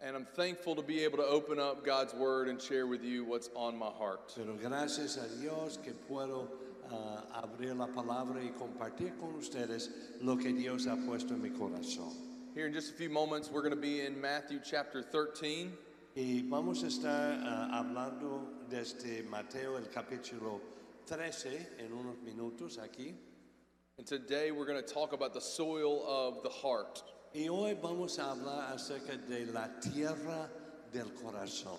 and I'm thankful to be able to open up God's Word and share with you what's on my heart. Pero gracias a Dios que puedo ah, abrir la palabra y compartir con ustedes lo que Dios ha puesto en mi corazón. Here in just a few moments, we're going to be in Matthew chapter 13, Y vamos a estar ah, hablando desde Mateo el capítulo 13 en unos minutos aquí. and today we're going to talk about the soil of the heart. Y hoy vamos a hablar acerca de la tierra del corazón.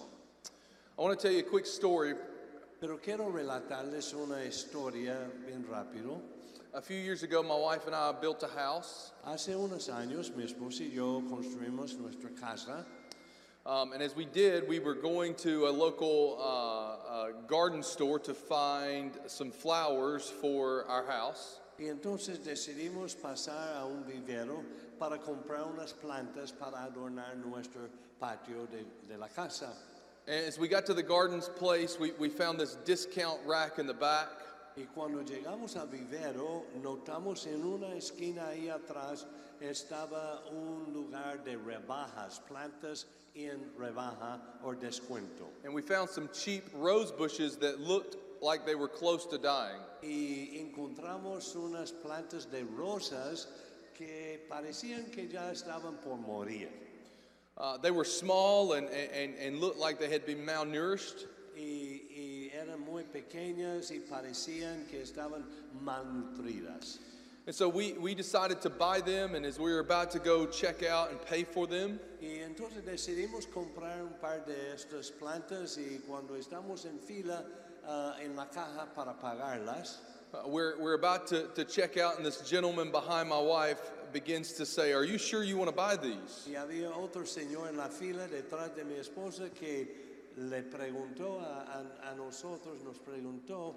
I want to tell you a quick story. Pero quiero relatarles una historia bien rápido. A few years ago, my wife and I built a house, Hace unos años mi esposo y yo construimos nuestra casa um, and as we did, we were going to a local uh, uh, garden store to find some flowers for our house. y entonces decidimos pasar a un vivero para comprar unas plantas para adornar nuestro patio de, de la casa. And as we got to the gardens place, we, we found this discount rack in the back. Y cuando llegamos al vivero, notamos en una esquina ahí atrás estaba un lugar de rebajas, plantas en rebaja o descuento. And we found some cheap rose bushes that looked like they were close to dying. y encontramos unas plantas de rosas que parecían que ya estaban por morir. Uh, they were small and, and, and looked like they had been malnourished. Y, y eran muy pequeñas y parecían que estaban malnutridas. And so we, we decided to buy them, and as we were about to go check out and pay for them, Y entonces decidimos comprar un par de estas plantas y cuando estamos en fila ah, en la caja para pagarlas, uh, we're, we're about to, to check out, and this gentleman behind my wife begins to say, Are you sure you want to buy these? y había otro señor en la fila detrás de mi esposa que le preguntó a, a- a nosotros, nos preguntó,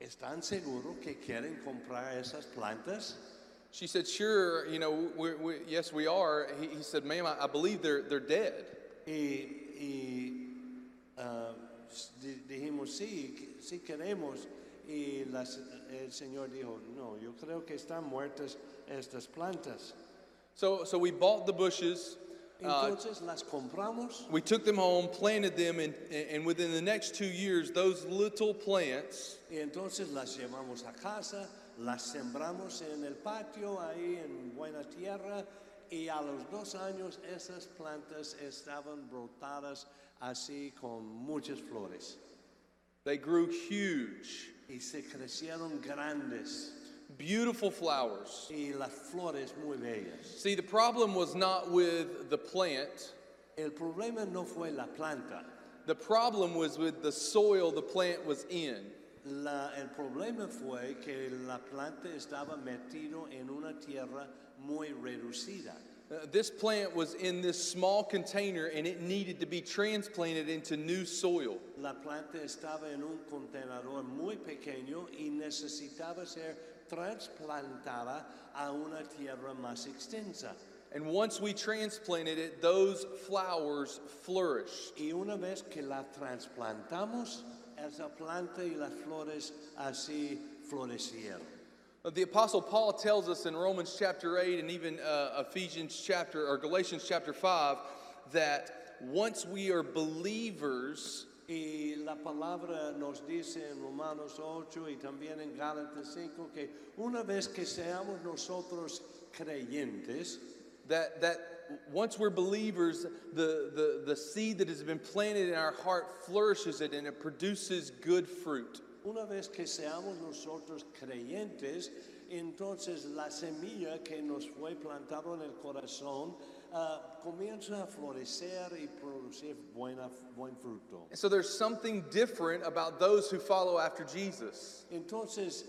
¿están seguros que quieren comprar esas plantas? She said, Sure, you know, we we yes, we are. He, he said, Ma'am, I, I believe they're, they're dead. Y, y, ah, di- dijimos, sí, que- sí queremos. Y las- el señor dijo, no, yo creo que están muertas estas plantas. So, so we bought the bushes. Uh, Entonces las compramos We took them home, planted them, and, and within the next two years, those little plants Y entonces las llevamos a casa, las sembramos en el patio, ahí en buena tierra, y a los dos años esas plantas estaban brotadas así con muchas flores. they grew huge, Y se crecieron grandes beautiful flowers. y las flores muy bellas. See, the problem was not with the plant. El problema no fue la planta, The problem was with the soil the plant was in. La- el problema fue que la planta estaba metida en una tierra muy reducida. Uh, This plant was in this small container and it needed to be transplanted into new soil. La planta estaba en un contenedor muy pequeño y necesitaba ser trasplantada a una tierra más extensa. And once we transplanted it, those flowers flourished. Y una vez que la trasplantamos, esa planta y las flores así florecieron. Uh, The Apostle Paul tells us in Romans chapter 8 and even uh, Ephesians chapter or Galatians chapter 5 that once we are believers, Y la palabra nos dice en Romanos 8 y también en Gálatas 5 que una vez que seamos nosotros creyentes, that, that once we're believers, the, the, the seed that has been planted in our heart flourishes it and it produces good fruit. Una vez que seamos nosotros creyentes, entonces la semilla que nos fue plantada en el corazón ah, comienza a florecer y producir buena, buen fruto. And so there's something different about those who follow after Jesus. Entonces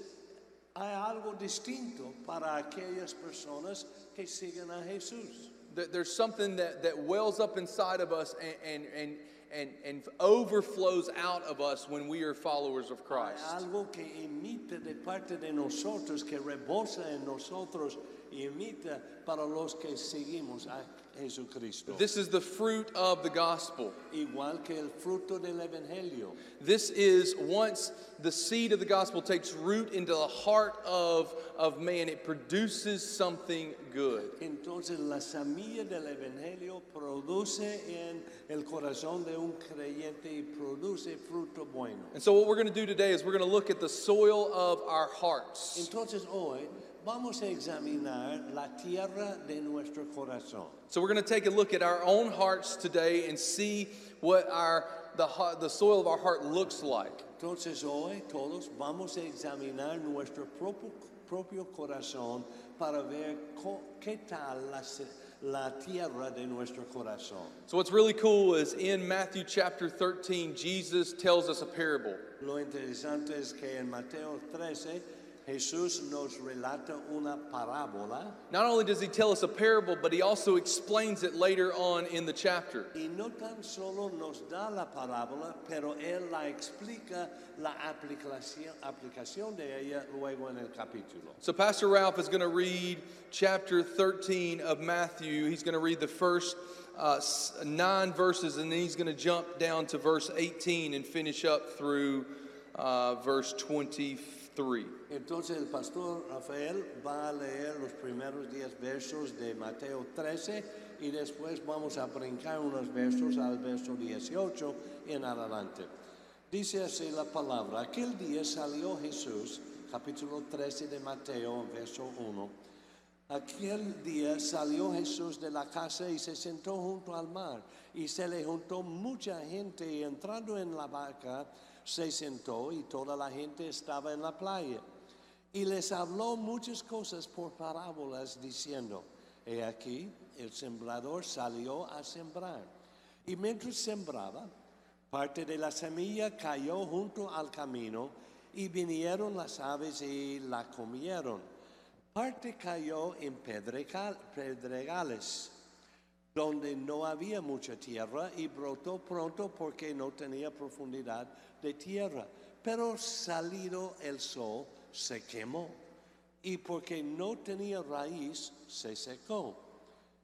hay algo distinto para aquellas personas que siguen a Jesús. There- There's something that, that wells up inside of us and, and, and, and, and overflows out of us when we are followers of Hay Christ. algo que emite de parte de nosotros, que rebosa en nosotros imita para los que seguimos a Jesucristo. This is the fruit of the gospel. Igual que el fruto del Evangelio. This is once the seed of the gospel takes root into the heart of, of man, it produces something good. Entonces la semilla del Evangelio produce en el corazón de un creyente y produce fruto bueno. And so, what we're going to do today is we're going to look at the soil of our hearts. Entonces hoy vamos a examinar la tierra de nuestro corazón. So, we're going to take a look at our own hearts today and see what our the, heart- the soil of our heart looks like. Entonces hoy todos vamos a examinar nuestro propio, propio corazón para ver co- qué tal la, se- la tierra de nuestro corazón. So, what's really cool is in Matthew chapter 13, Jesus tells us a parable. Lo interesante es que en Mateo 13 Jesús nos relata una parábola Not only does he tell us a parable, but he also explains it later on in the chapter. y no tan solo nos da la parábola, pero él la explica la aplicación, aplicación de ella luego en el capítulo. So, Pastor Ralph is going to read chapter 13 of Matthew. He's going to read the first uh, s- nine verses, and then he's going to jump down to verse 18 and finish up through uh, verse 23. Entonces el pastor Rafael va a leer los primeros 10 versos de Mateo 13 y después vamos a brincar unos versos al verso 18 en adelante. Dice así la palabra, aquel día salió Jesús, capítulo 13 de Mateo, verso 1. Aquel día salió Jesús de la casa y se sentó junto al mar y se le juntó mucha gente y entrando en la barca se sentó y toda la gente estaba en la playa. Y les habló muchas cosas por parábolas diciendo, he aquí, el sembrador salió a sembrar. Y mientras sembraba, parte de la semilla cayó junto al camino y vinieron las aves y la comieron. Parte cayó en pedregal- pedregales, donde no había mucha tierra y brotó pronto porque no tenía profundidad de tierra. Pero salido el sol, se quemó y porque no tenía raíz, se secó.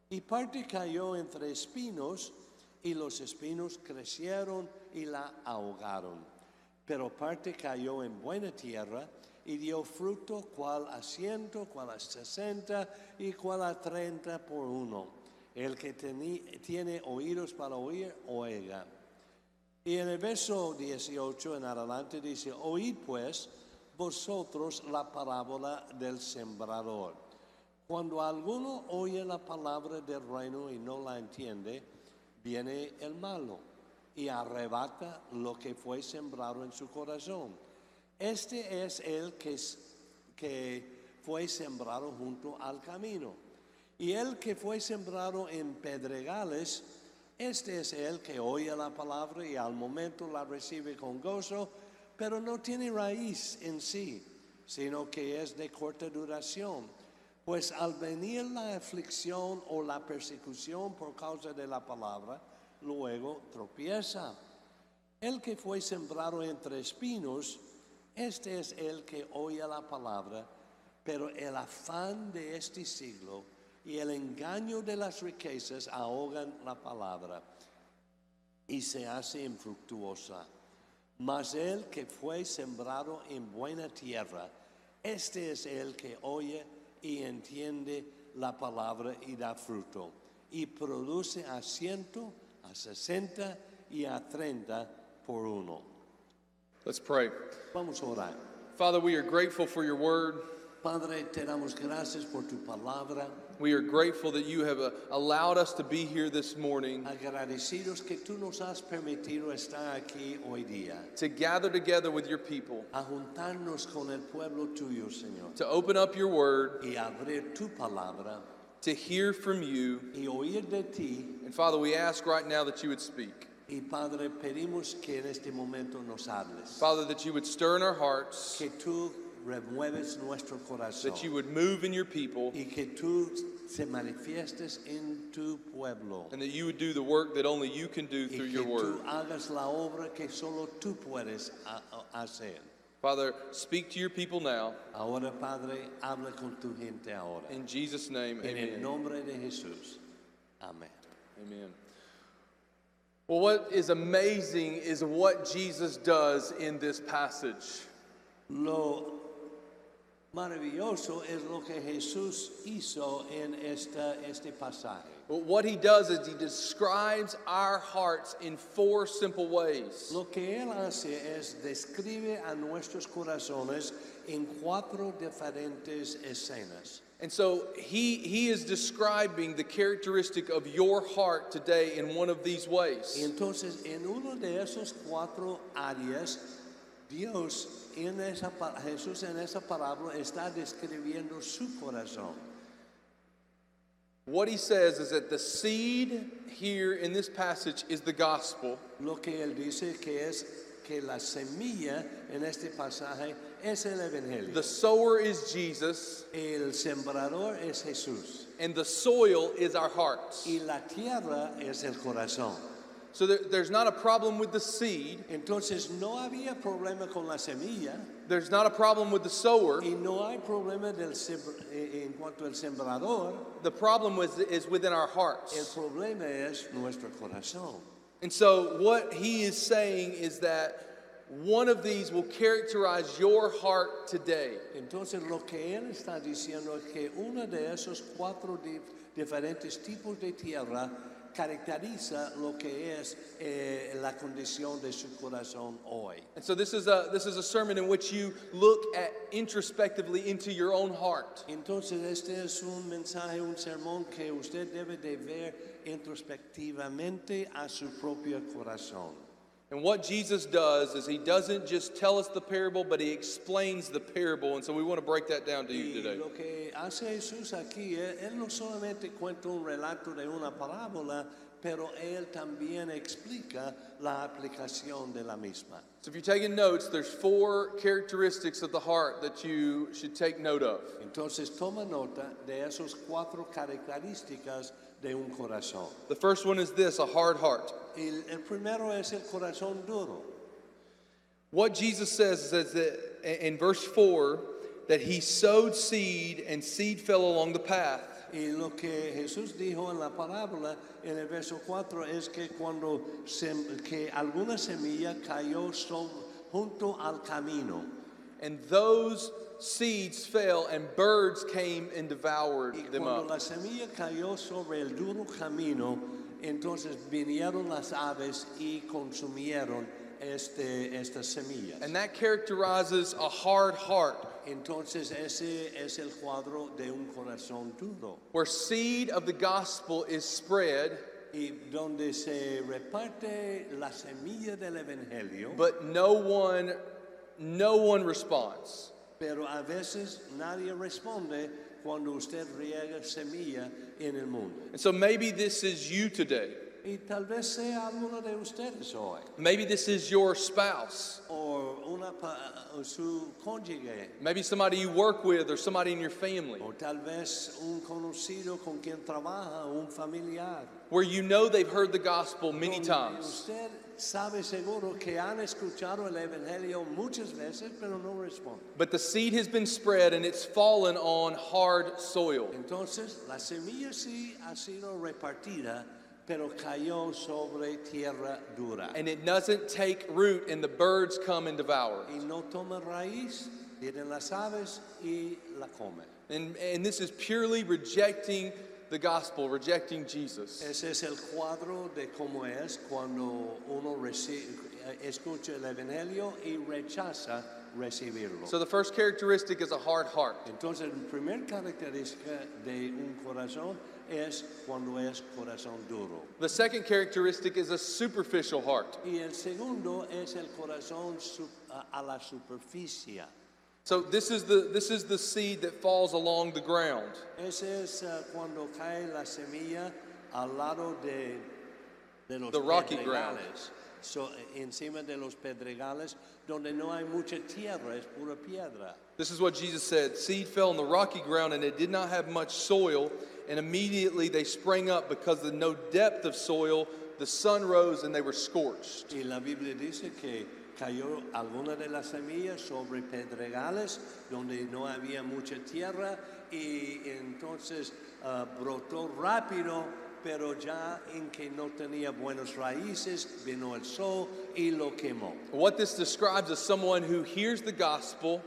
Y parte cayó entre espinos y los espinos crecieron y la ahogaron. Pero parte cayó en buena tierra y dio fruto cual a ciento, cual a sesenta y cual a treinta por uno. El que teni- tiene oídos para oír, oiga. Y en el verso 18 en adelante dice, oíd pues vosotros la parábola del sembrador. Cuando alguno oye la palabra del reino y no la entiende, viene el malo y arrebata lo que fue sembrado en su corazón. Este es el que, s- que fue sembrado junto al camino. Y el que fue sembrado en pedregales, este es el que oye la palabra y al momento la recibe con gozo, pero no tiene raíz en sí, sino que es de corta duración. Pues al venir la aflicción o la persecución por causa de la palabra, luego tropieza. El que fue sembrado entre espinos, este es el que oye la palabra, pero el afán de este siglo y el engaño de las riquezas ahogan la palabra y se hace infructuosa. Mas el que fue sembrado en buena tierra, este es el que oye y entiende la palabra y da fruto, y produce a ciento, a sesenta y a treinta por uno. Let's pray. Vamos a orar. Father, we are grateful for your word. Padre, te damos gracias por tu palabra. We are grateful that you have uh, allowed us to be here this morning Agradecidos que tú nos has permitido estar aquí hoy día, to gather together with your people, a juntarnos con el pueblo tuyo, Señor, to open up your word, y abrir tu palabra to hear from you. y oír de ti And Father, we ask right now that you would speak. Y Padre, pedimos que en este momento nos hables, Father, that you would stir in our hearts, que tú remueves nuestro corazón that you would move in your people, y que tú se manifiestes en tu pueblo and that you would do the work that only you can do y through que your word. tú hagas la obra que solo tú puedes ha- ah, hacer. Father, speak to your people now. Ahora, Padre, habla con tu gente ahora. In Jesus' name, En el amen. nombre de Jesús. Amén. Amen. Well, what is amazing is what Jesus does in this passage. Lo maravilloso es lo que Jesús hizo en esta, este pasaje. Well, What he does is he describes our hearts in four simple ways. Lo que él hace es describe a nuestros corazones en cuatro diferentes escenas. And so he, he is describing the characteristic of your heart today in one of these Y ways. entonces, en uno de esos cuatro áreas, Dios en esa pa- Jesús en esa parábola está describiendo su corazón. What he says is that the seed here in this passage is the gospel, Lo que él dice que es que la semilla en este pasaje es el evangelio. the sower is Jesus, El sembrador es Jesús and the soil is our hearts. y la tierra es el corazón. So there, there's not a problem with the seed, Entonces no había problema con la semilla there's not a problem with the sower. y no hay problema del sembr- eh, en cuanto al sembrador. The problem was, is within our El hearts. problema es nuestro corazón. And so what he is saying is that one of these will characterize your heart today. Entonces lo que él está diciendo es que uno de esos cuatro di- diferentes tipos de tierra caracteriza lo que es eh, la condición de su corazón hoy. And so this is a this is a sermon in which you look at introspectively into your own heart. Entonces este es un mensaje, un sermón que usted debe de ver introspectivamente a su propio corazón. And what Jesus does is he doesn't just tell us the parable, but he explains the parable. And so we want to break that down to you Y today. lo que hace Jesús aquí, él, él no solamente cuenta un relato de una parábola, pero él también explica la aplicación de la misma. So if you're taking notes, there's four characteristics of the heart that you should take note of. Entonces toma nota de esas cuatro características de un corazón. The first one is this, a hard heart. El- el primero es el corazón duro. What Jesus says is that in verse 4 that he sowed seed and seed fell along the path. Y lo que Jesús dijo en la parábola, en el verso 4, es que cuando sem- que alguna semilla cayó so- junto al camino And those seeds fell, and birds came and y devoured them cuando up. la semilla cayó sobre el duro camino, entonces vinieron las aves y consumieron este, estas semillas. And that characterizes a hard heart, Entonces ese es el cuadro de un corazón duro where seed of the gospel is spread, y donde se reparte la semilla del evangelio. but no one, no one responds. Pero a veces nadie responde cuando usted riega semilla en el mundo. And so maybe this is you today. Y tal vez sea alguno de ustedes hoy, Maybe this is your spouse. o, una, pa- o su cónyuge, Maybe somebody you work with or somebody in your family, o tal vez un conocido con quien trabaja, un familiar. where you know they've heard the gospel many Donde times, Usted sabe seguro que han escuchado el Evangelio muchas veces, pero no responde. but the seed has been spread and it's fallen on hard soil. Entonces la semilla sí ha sido repartida, pero cayó sobre tierra dura. and it doesn't take root and the birds come and devour. y no toma raíz, vienen las aves y la comen. And, and this is purely rejecting the gospel, rejecting Jesus. Ese es el cuadro de cómo es cuando uno reci- eh, escucha el Evangelio y rechaza recibirlo. So the first characteristic is a hard heart. Entonces, la primera característica de un corazón es cuando es corazón duro. The second characteristic is a superficial heart. Y el segundo es el corazón su- a- a la superficie. So this is the this is the seed that falls along the ground. Ese es eh, cuando cae la semilla al lado de, de los The rocky pedregales, So, eh, encima de los pedregales, donde no hay mucha tierra, es pura piedra. This is what Jesus said, seed fell on the rocky ground and it did not have much soil, and immediately they sprang up because of no depth of soil, the sun rose and they were scorched. Y la Biblia dice que Cayó alguna de las semillas sobre pedregales donde no había mucha tierra y entonces ah, brotó rápido, pero ya en que no tenía buenas raíces, vino el sol y lo quemó. What this describes is someone who hears the gospel,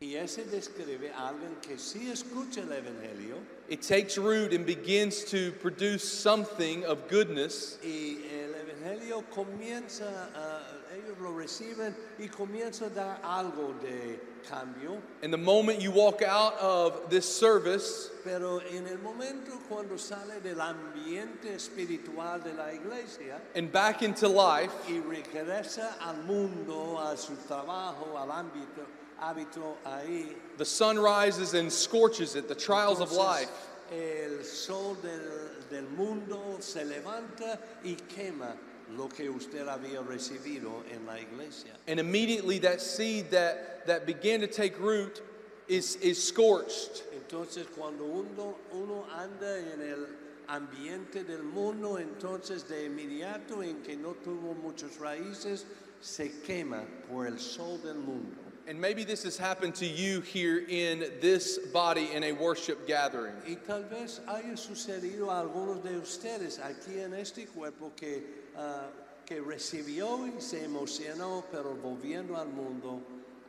Y ese describe a alguien que sí escucha el Evangelio it takes root and begins to produce something of goodness, y el Evangelio comienza, a- ellos lo reciben y comienza a dar algo de cambio, and the moment you walk out of this service, pero en el momento cuando sale del ambiente espiritual de la iglesia and back into life, y regresa al mundo, a su trabajo, al ámbito, hábito ahí, the sun rises and scorches it, the trials of Entonces, life. El sol del, del mundo se levanta y quema lo que usted había recibido en la iglesia. And immediately that seed that, that began to take root is, is scorched. Entonces cuando uno, uno anda en el ambiente del mundo, entonces de inmediato en que no tuvo muchas raíces, se quema por el sol del mundo. And maybe this has happened to you here in this body in a worship gathering. Y tal vez haya sucedido a algunos de ustedes aquí en este cuerpo que, ah, que recibió y se emocionó, pero volviendo al mundo,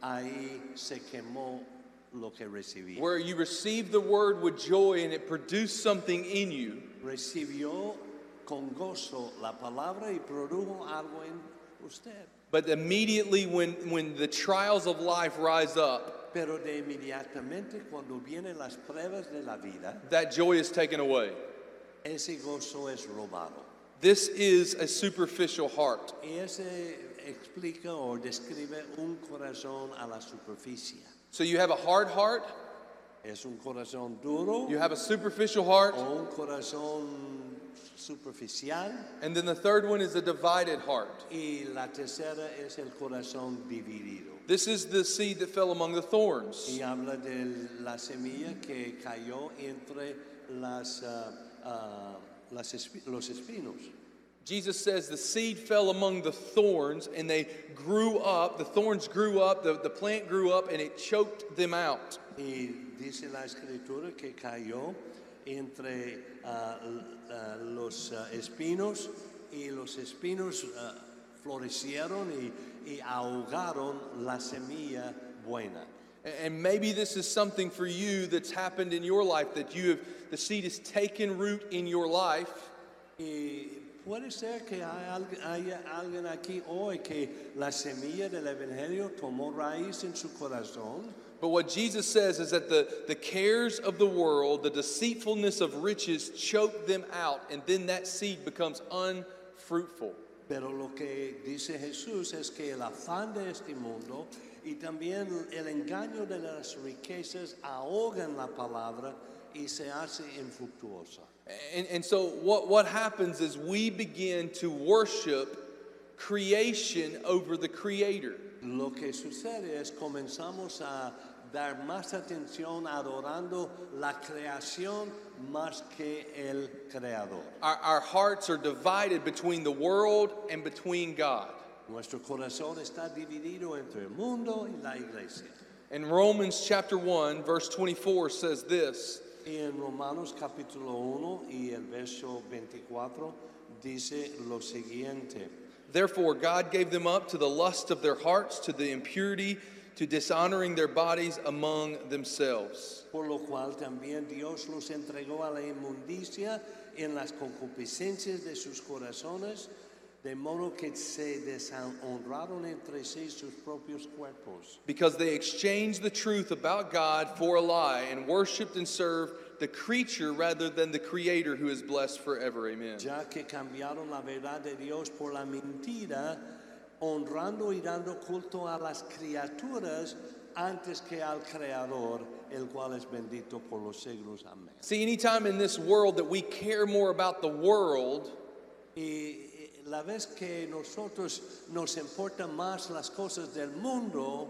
ahí se quemó lo que recibió. where you received the word with joy and it produced something in you, Recibió con gozo la palabra y produjo algo en usted. but immediately when, when the trials of life rise up, Pero de inmediatamente cuando vienen las pruebas de la vida, that joy is taken away. ese gozo es robado. This is a superficial heart. Y ese explica o describe un corazón a la superficie. So you have a hard heart, Es un corazón duro you have a superficial heart, o un corazón superficial and then the third one is a divided heart. y la tercera es el corazón dividido. This is the seed that fell among the thorns. Y habla de la semilla que cayó entre las, ah, ah, las espi- los espinos. Jesus says the seed fell among the thorns and they grew up, the thorns grew up, the, the plant grew up, and it choked them out. Y dice la escritura que cayó entre ah, l- ah, los ah, espinos y los espinos ah, florecieron y, y ahogaron la semilla buena. And maybe this is something for you that's happened in your life that you have, the seed has taken root in your life, Y puede ser que hay al- haya alguien aquí hoy que la semilla del Evangelio tomó raíz en su corazón. but what Jesus says is that the, the cares of the world, the deceitfulness of riches choke them out, and then that seed becomes unfruitful. Pero lo que dice Jesús es que el afán de este mundo y también el engaño de las riquezas ahogan la palabra y se hace infructuosa. And, and so what, what happens is we begin to worship creation over the Creator. Lo que sucede es comenzamos a dar más atención adorando la creación más que el creador. Our, our hearts are divided between the world and between God. Nuestro corazón está dividido entre el mundo y la iglesia. In Romans chapter 1, verse 24 says this Y en Romanos capítulo 1 y el verso 24 dice lo siguiente. Therefore, God gave them up to the lust of their hearts, to the impurity, to dishonoring their bodies among themselves. Por lo cual también Dios los entregó a la inmundicia en las concupiscencias de sus corazones, de modo que se deshonraron entre sí sus propios cuerpos, Because they exchanged the truth about God for a lie and worshiped and served the creature rather than the Creator who is blessed forever. Amen. ya que cambiaron la verdad de Dios por la mentira, honrando y dando culto a las criaturas antes que al Creador, el cual es bendito por los siglos. Amén. See, anytime in this world that we care more about the world Y eh, la vez que nosotros nos importan más las cosas del mundo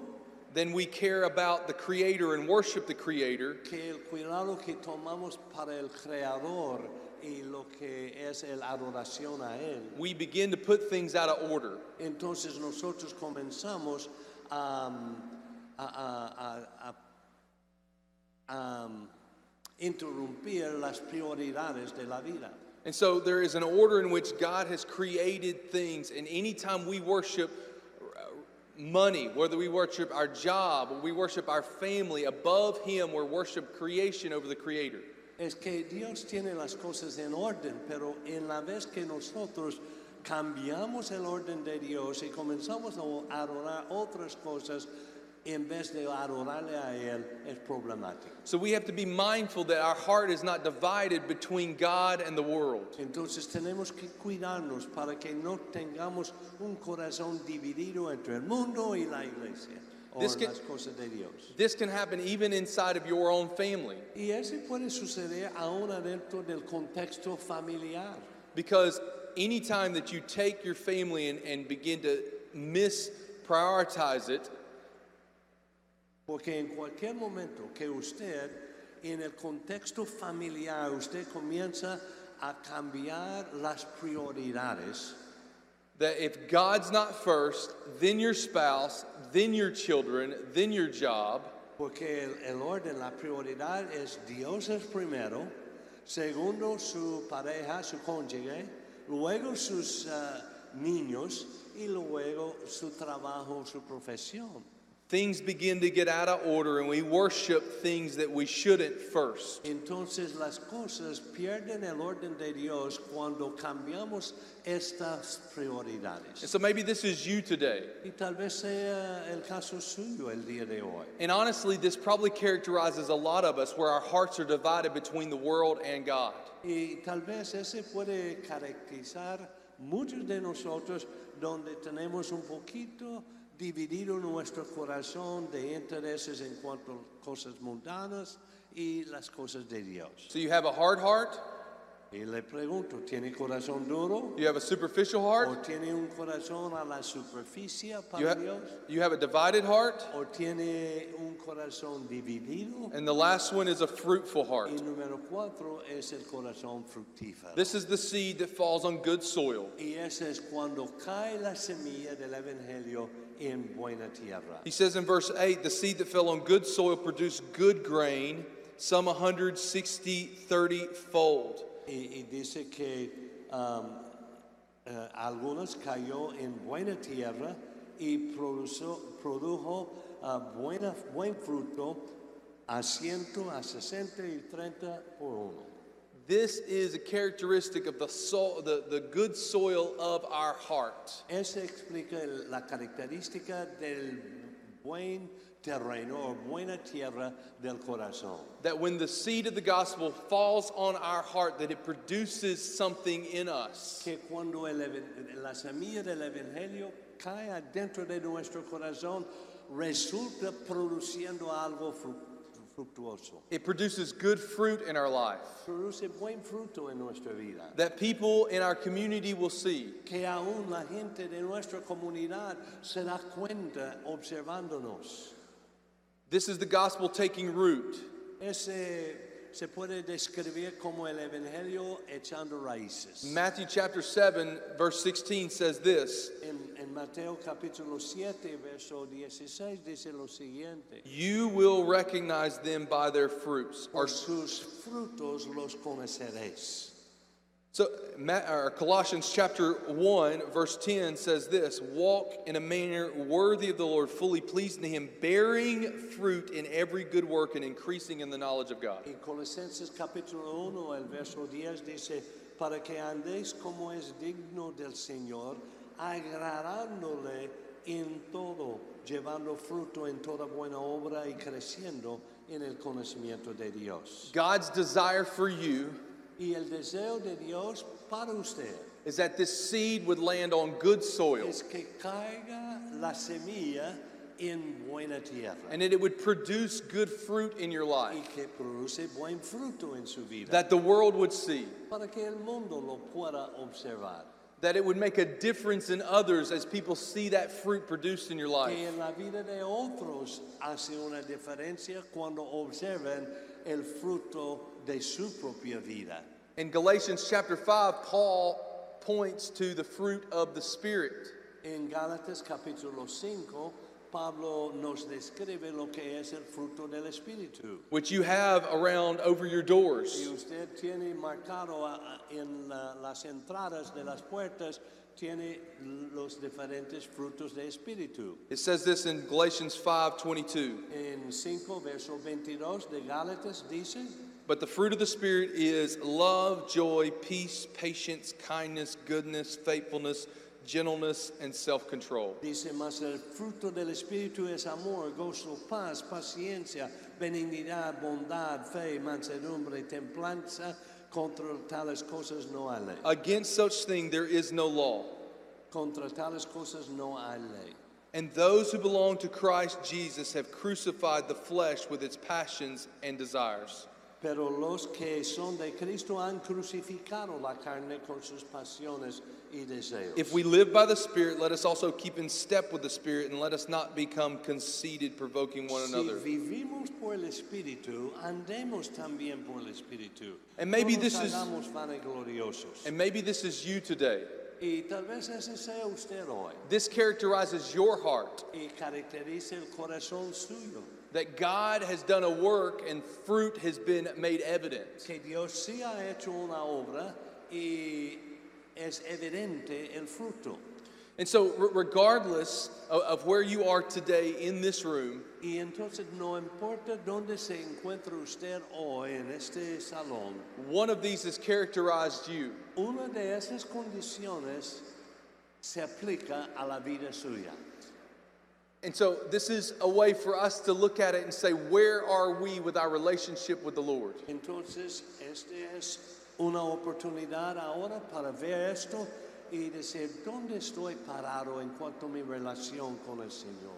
than we care about the Creator and worship the Creator, que el cuidado que tomamos para el Creador y, y lo que es la adoración a Él. we begin to put things out of order. Entonces nosotros comenzamos a, mm, a- a- a- a- a interrumpir las prioridades de la vida. And so there is an order in which God has created things, and anytime we worship uh, money, whether we worship our job, or we worship our family, above Him, we worship creation over the Creator. Es que Dios tiene las cosas en orden, pero en la vez que nosotros cambiamos el orden de Dios y comenzamos a adorar otras cosas en vez de adorarle a Él, es problemático. So we have to be mindful that our heart is not divided between God and the world. Entonces tenemos que cuidarnos para que no tengamos un corazón dividido entre el mundo y la iglesia o This can- las cosas de Dios. This can happen even inside of your own family Y eso puede suceder aún adentro del contexto familiar. because anytime that you take your family and, and begin to misprioritize it, Porque en cualquier momento que usted, en el contexto familiar, usted comienza a cambiar las prioridades, that if God's not first, then your spouse, then your children, then your job, porque el, el orden, la prioridad es Dios es primero, segundo su pareja, su cónyuge, luego sus ah, niños y luego su trabajo, su profesión. things begin to get out of order and we worship things that we shouldn't first. Entonces las cosas pierden el orden de Dios cuando cambiamos estas prioridades. And so maybe this is you today. Y tal vez sea el caso suyo el día de hoy. And honestly, this probably characterizes a lot of us where our hearts are divided between the world and God. Y tal vez ese puede caracterizar muchos de nosotros donde tenemos un poquito dividido nuestro corazón de intereses en cuanto a cosas mundanas y las cosas de Dios. So you have a hard heart, Y le pregunto, ¿tiene corazón duro? you have a superficial ¿O heart, tiene un corazón a la superficie you, para ha- Dios? you have a divided heart, ¿O tiene un corazón dividido? and the last one is a fruitful Y heart. número cuatro es el corazón fructífero. This is the seed that falls on good soil. Y ese es cuando cae la semilla del Evangelio en buena tierra. He says in verse 8, the seed that fell on good soil produced good grain, some 160, 30 fold. Y, y dice que um, eh, algunos cayó en buena tierra y produjo, produjo ah, buena, buen fruto a ciento, a sesenta y treinta por uno. This is a characteristic of the, soil, the, the good soil of our heart. Eso explica el- la característica del buen terreno o buena tierra del corazón. That when the seed of the gospel falls on our heart, that it produces something in us. que cuando el ev- la semilla del Evangelio cae adentro de nuestro corazón, resulta produciendo algo fru- fructuoso. It produces good fruit in our life Produce buen fruto en nuestra vida. that people in our community will see. Que aún la gente de nuestra comunidad se da cuenta observándonos. This is the gospel taking root. Ese se puede describir como el Evangelio echando raíces. Matthew chapter 7, verse 16 says this. En, en Mateo capítulo 7, verso 16 dice lo siguiente. You will recognize them by their fruits. Or, por sus frutos los conoceréis. so, Ma- or Colossians chapter 1, verse 10 says this Walk in a manner worthy of the Lord, fully pleasing to Him, bearing fruit in every good work and increasing in the knowledge of God. En Colosenses capítulo 1, el verso 10 dice, para que andéis como es digno del Señor, agradándole en todo, llevando fruto en toda buena obra y creciendo en el conocimiento de Dios. God's desire for you Y el deseo de Dios para usted is that this seed would land on good soil es que caiga la semilla en buena tierra and that it would produce good fruit in your y life, que produce buen fruto en su vida. that the world would see, para que el mundo lo pueda observar. that it would make a difference in others as people see that fruit produced in your life. Que en la vida de otros hace una diferencia cuando observen el fruto de su propia vida. In Galatians chapter 5, Paul points to the fruit of the Spirit. En Gálatas capítulo 5, Pablo nos describe lo que es el fruto del Espíritu. which you have around over your Y doors. usted tiene marcado ah, ah, en la- las entradas de las puertas, tiene los diferentes frutos de Espíritu. It says this in Galatians 5:22. En 5, verso 22 de Gálatas dice, But the fruit of the spirit is love, joy, peace, patience, kindness, goodness, faithfulness, gentleness, and self-control. dice, mas el fruto del Espíritu es amor, gozo, paz, paciencia, benignidad, bondad, fe, mansedumbre, templanza, contra tales cosas no hay ley. Against such thing there is no law. Contra tales cosas no hay ley. And those who belong to Christ Jesus have crucified the flesh with its passions and desires. Pero los que son de Cristo han crucificado la carne con sus pasiones y deseos. If we live by the Spirit, let us also keep in step with the Spirit, and let us not become conceited, provoking one si another. vivimos por el Espíritu, andemos también por el Espíritu. And maybe no nos this is- hagamos vanagloriosos. And maybe this is you today. y tal vez ese sea usted hoy. This characterizes your heart Y caracteriza el corazón suyo. that God has done a work and fruit has been made evident. Que Dios sí ha hecho una obra y es evidente el fruto. And so, re- regardless of, of where you are today in this room, Y entonces no importa dónde se encuentre usted hoy en este salón, one of these has characterized you. Una de esas condiciones se aplica a la vida suya. And so, this is a way for us to look at it and say, where are we with our relationship with the Lord? Entonces, esta es una oportunidad ahora para ver esto y decir, ¿dónde estoy parado en cuanto a mi relación con el Señor?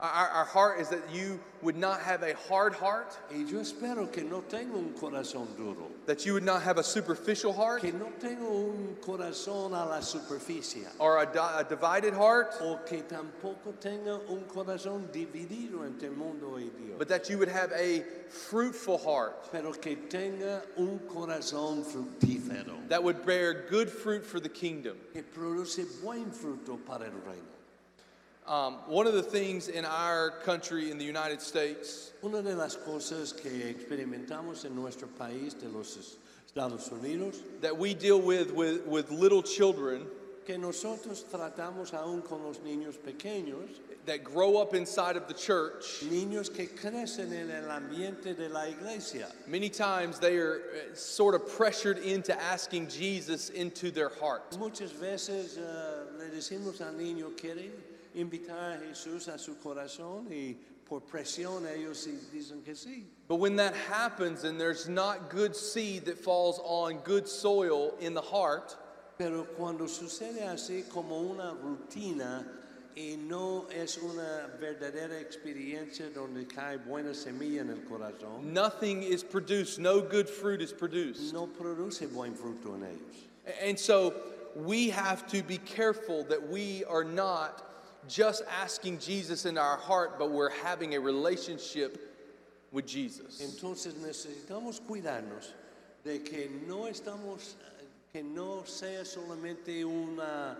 Our- Our, our heart is that you would not have a hard heart, Y yo espero que no tengo un corazón duro, that you would not have a superficial heart que no tengo un corazón a la superficie, or a, di- a divided heart, o que tampoco tenga un corazón dividido entre el mundo y Dios, but that you would have a fruitful heart. pero que tenga un corazón fructífero. that would bear good fruit for the kingdom. que produce buen fruto para el reino. Um, one of the things in our country, in the United States, Una de las cosas que experimentamos en nuestro país de los Estados Unidos, that we deal with with, with little children que nosotros tratamos aún con los niños pequeños, that grow up inside of the church, niños que crecen en el ambiente de la iglesia. many times they are uh, sort of pressured into asking Jesus into their heart. Muchas veces eh, le decimos al niño, quiere invitar a Jesús a su corazón y por presión ellos sí dicen que sí. But when that happens and there's not good seed that falls on good soil in the heart, Pero cuando sucede así como una rutina y no es una verdadera experiencia donde cae buena semilla en el corazón, nothing is produced, no good fruit is produced. no produce buen fruto en ellos. And so we have to be careful that we are not just asking Jesus into our heart, but we're having a relationship with Jesus. Entonces necesitamos cuidarnos de que no estamos, que no sea solamente una,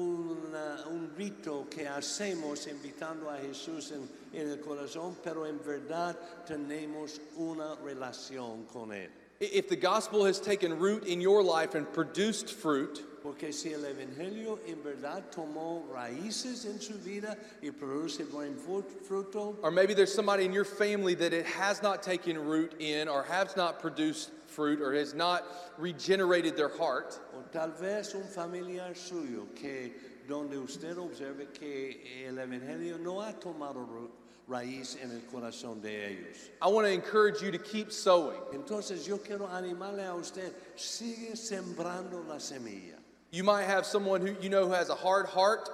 una- un rito que hacemos invitando a Jesús en, en el corazón, pero en verdad tenemos una relación con Él. I- If the gospel has taken root in your life and produced fruit, Porque si el Evangelio en verdad tomó raíces en su vida y produce buen fu- fruto, or maybe there's somebody in your family that it has not taken root in, or has not produced fruit, or has not regenerated their heart, o tal vez un familiar suyo que donde usted observe que el Evangelio no ha tomado ru- raíz en el corazón de ellos. I want to encourage you to keep sowing. Entonces yo quiero animarle a usted, sigue sembrando la semilla. You might have someone who you know who has a hard heart.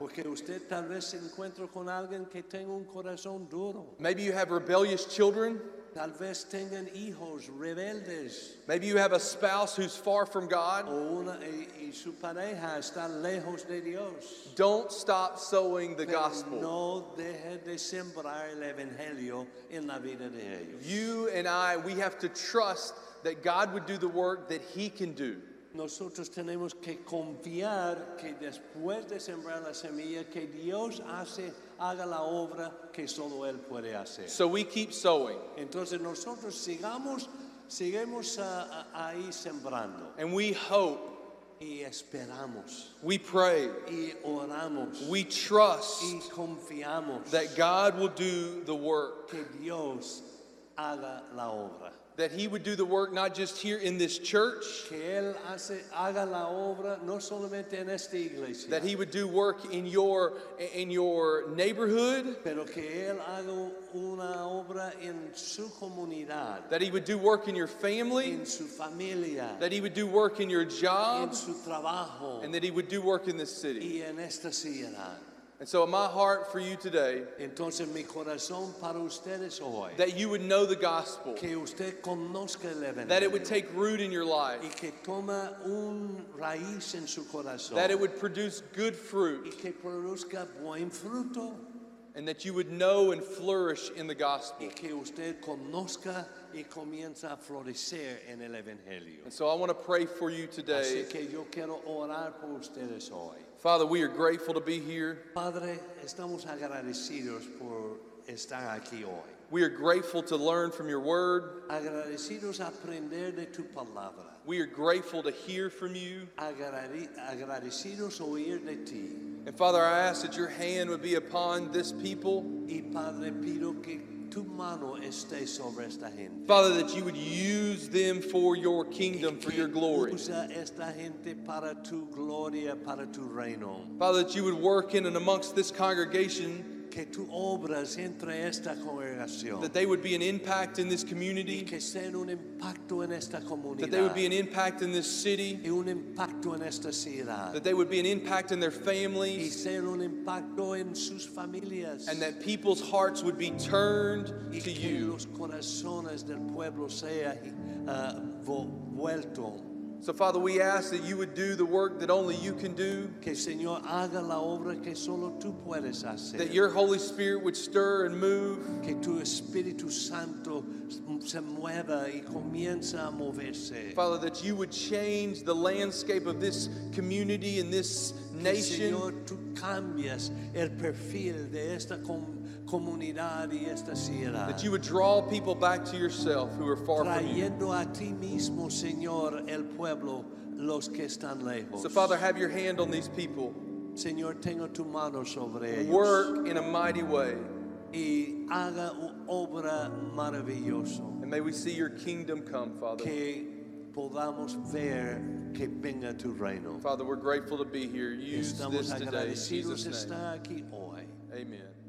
Porque usted tal vez se encuentre con alguien que tenga un corazón duro. Maybe you have rebellious children. Tal vez tengan hijos rebeldes. Maybe you have a spouse who's far from o God. una y, y su pareja está lejos de Dios. Don't stop sowing the Pero gospel. No deje de sembrar el evangelio en la vida de ellos. You and I, we have to trust that God would do the work that He can do. Nosotros tenemos que confiar que después de sembrar la semilla, que Dios hace, haga la obra que solo Él puede hacer. So we keep sowing Entonces nosotros sigamos, seguimos ah, ah, ahí sembrando and we hope, y esperamos we pray, y oramos we trust y confiamos that God will do the work, que Dios haga la obra. that He would do the work not just here in this church, Que Él hace, haga la obra no solamente en esta iglesia, that He would do work in your in your neighborhood, pero que Él haga una obra en su comunidad, that He would do work in your family, en su familia, that He would do work in your job, en su trabajo and that He would do work in this city. y en esta ciudad. And so, in my heart for you today, Entonces mi corazón para ustedes hoy, that you would know the gospel, que usted conozca el that it would Evangelio take root in your y life, que toma un raíz en su corazón that it would produce good y fruit, que produzca buen fruto and that you would know and flourish in the gospel. y que usted conozca y comienza a florecer en el Evangelio. And so, I want to pray for you Así today. que yo quiero orar por ustedes hoy. Father, we are grateful to be here. Padre, estamos agradecidos por estar aquí hoy. We are grateful to learn from your word. Agradecidos a aprender de tu palabra. We are grateful to hear from you. Agrade- agradecidos oír de ti. And Father, I ask that your hand would be upon this people. Y Padre, pido que tu mano esté sobre esta gente. Father, that you would use them for your Y kingdom, for que your glory. Usa esta gente para tu gloria, para tu reino. Father, that you would work in and amongst this congregation, Que tu obras entre esta congregación. that they would be an impact in this y community, que sean un impacto en esta that they would comunidad. be an impact in this city, y un impacto en esta ciudad. that they would be an impact in their y families, ser un impacto en sus familias and that people's hearts would be turned y to que you. los corazones del pueblo ah, sean vueltos. So, Father, we ask that you would do the work that only you can do, Que el Señor haga la obra que solo tú puedes hacer. that your Holy Spirit would stir and move, que tu Espíritu Santo se mueva y comienza a moverse. Father, that you would change the landscape of this community and this Que, nation, Señor, tú cambias el perfil de esta com- comunidad y esta ciudad. that you would draw people back to yourself who are far from you. Trayendo a ti mismo, Señor, el pueblo, los que están lejos. So, Father, have your hand on these people. Señor, tengo tu mano sobre ellos Work in a mighty way. y haga u- obra maravillosa. And may we see your kingdom come, Father. Que podamos ver que venga tu reino. Father, we're grateful to be here. Use Estamos this today. In agradecidos de Jesus' name. estar aquí hoy. Amen.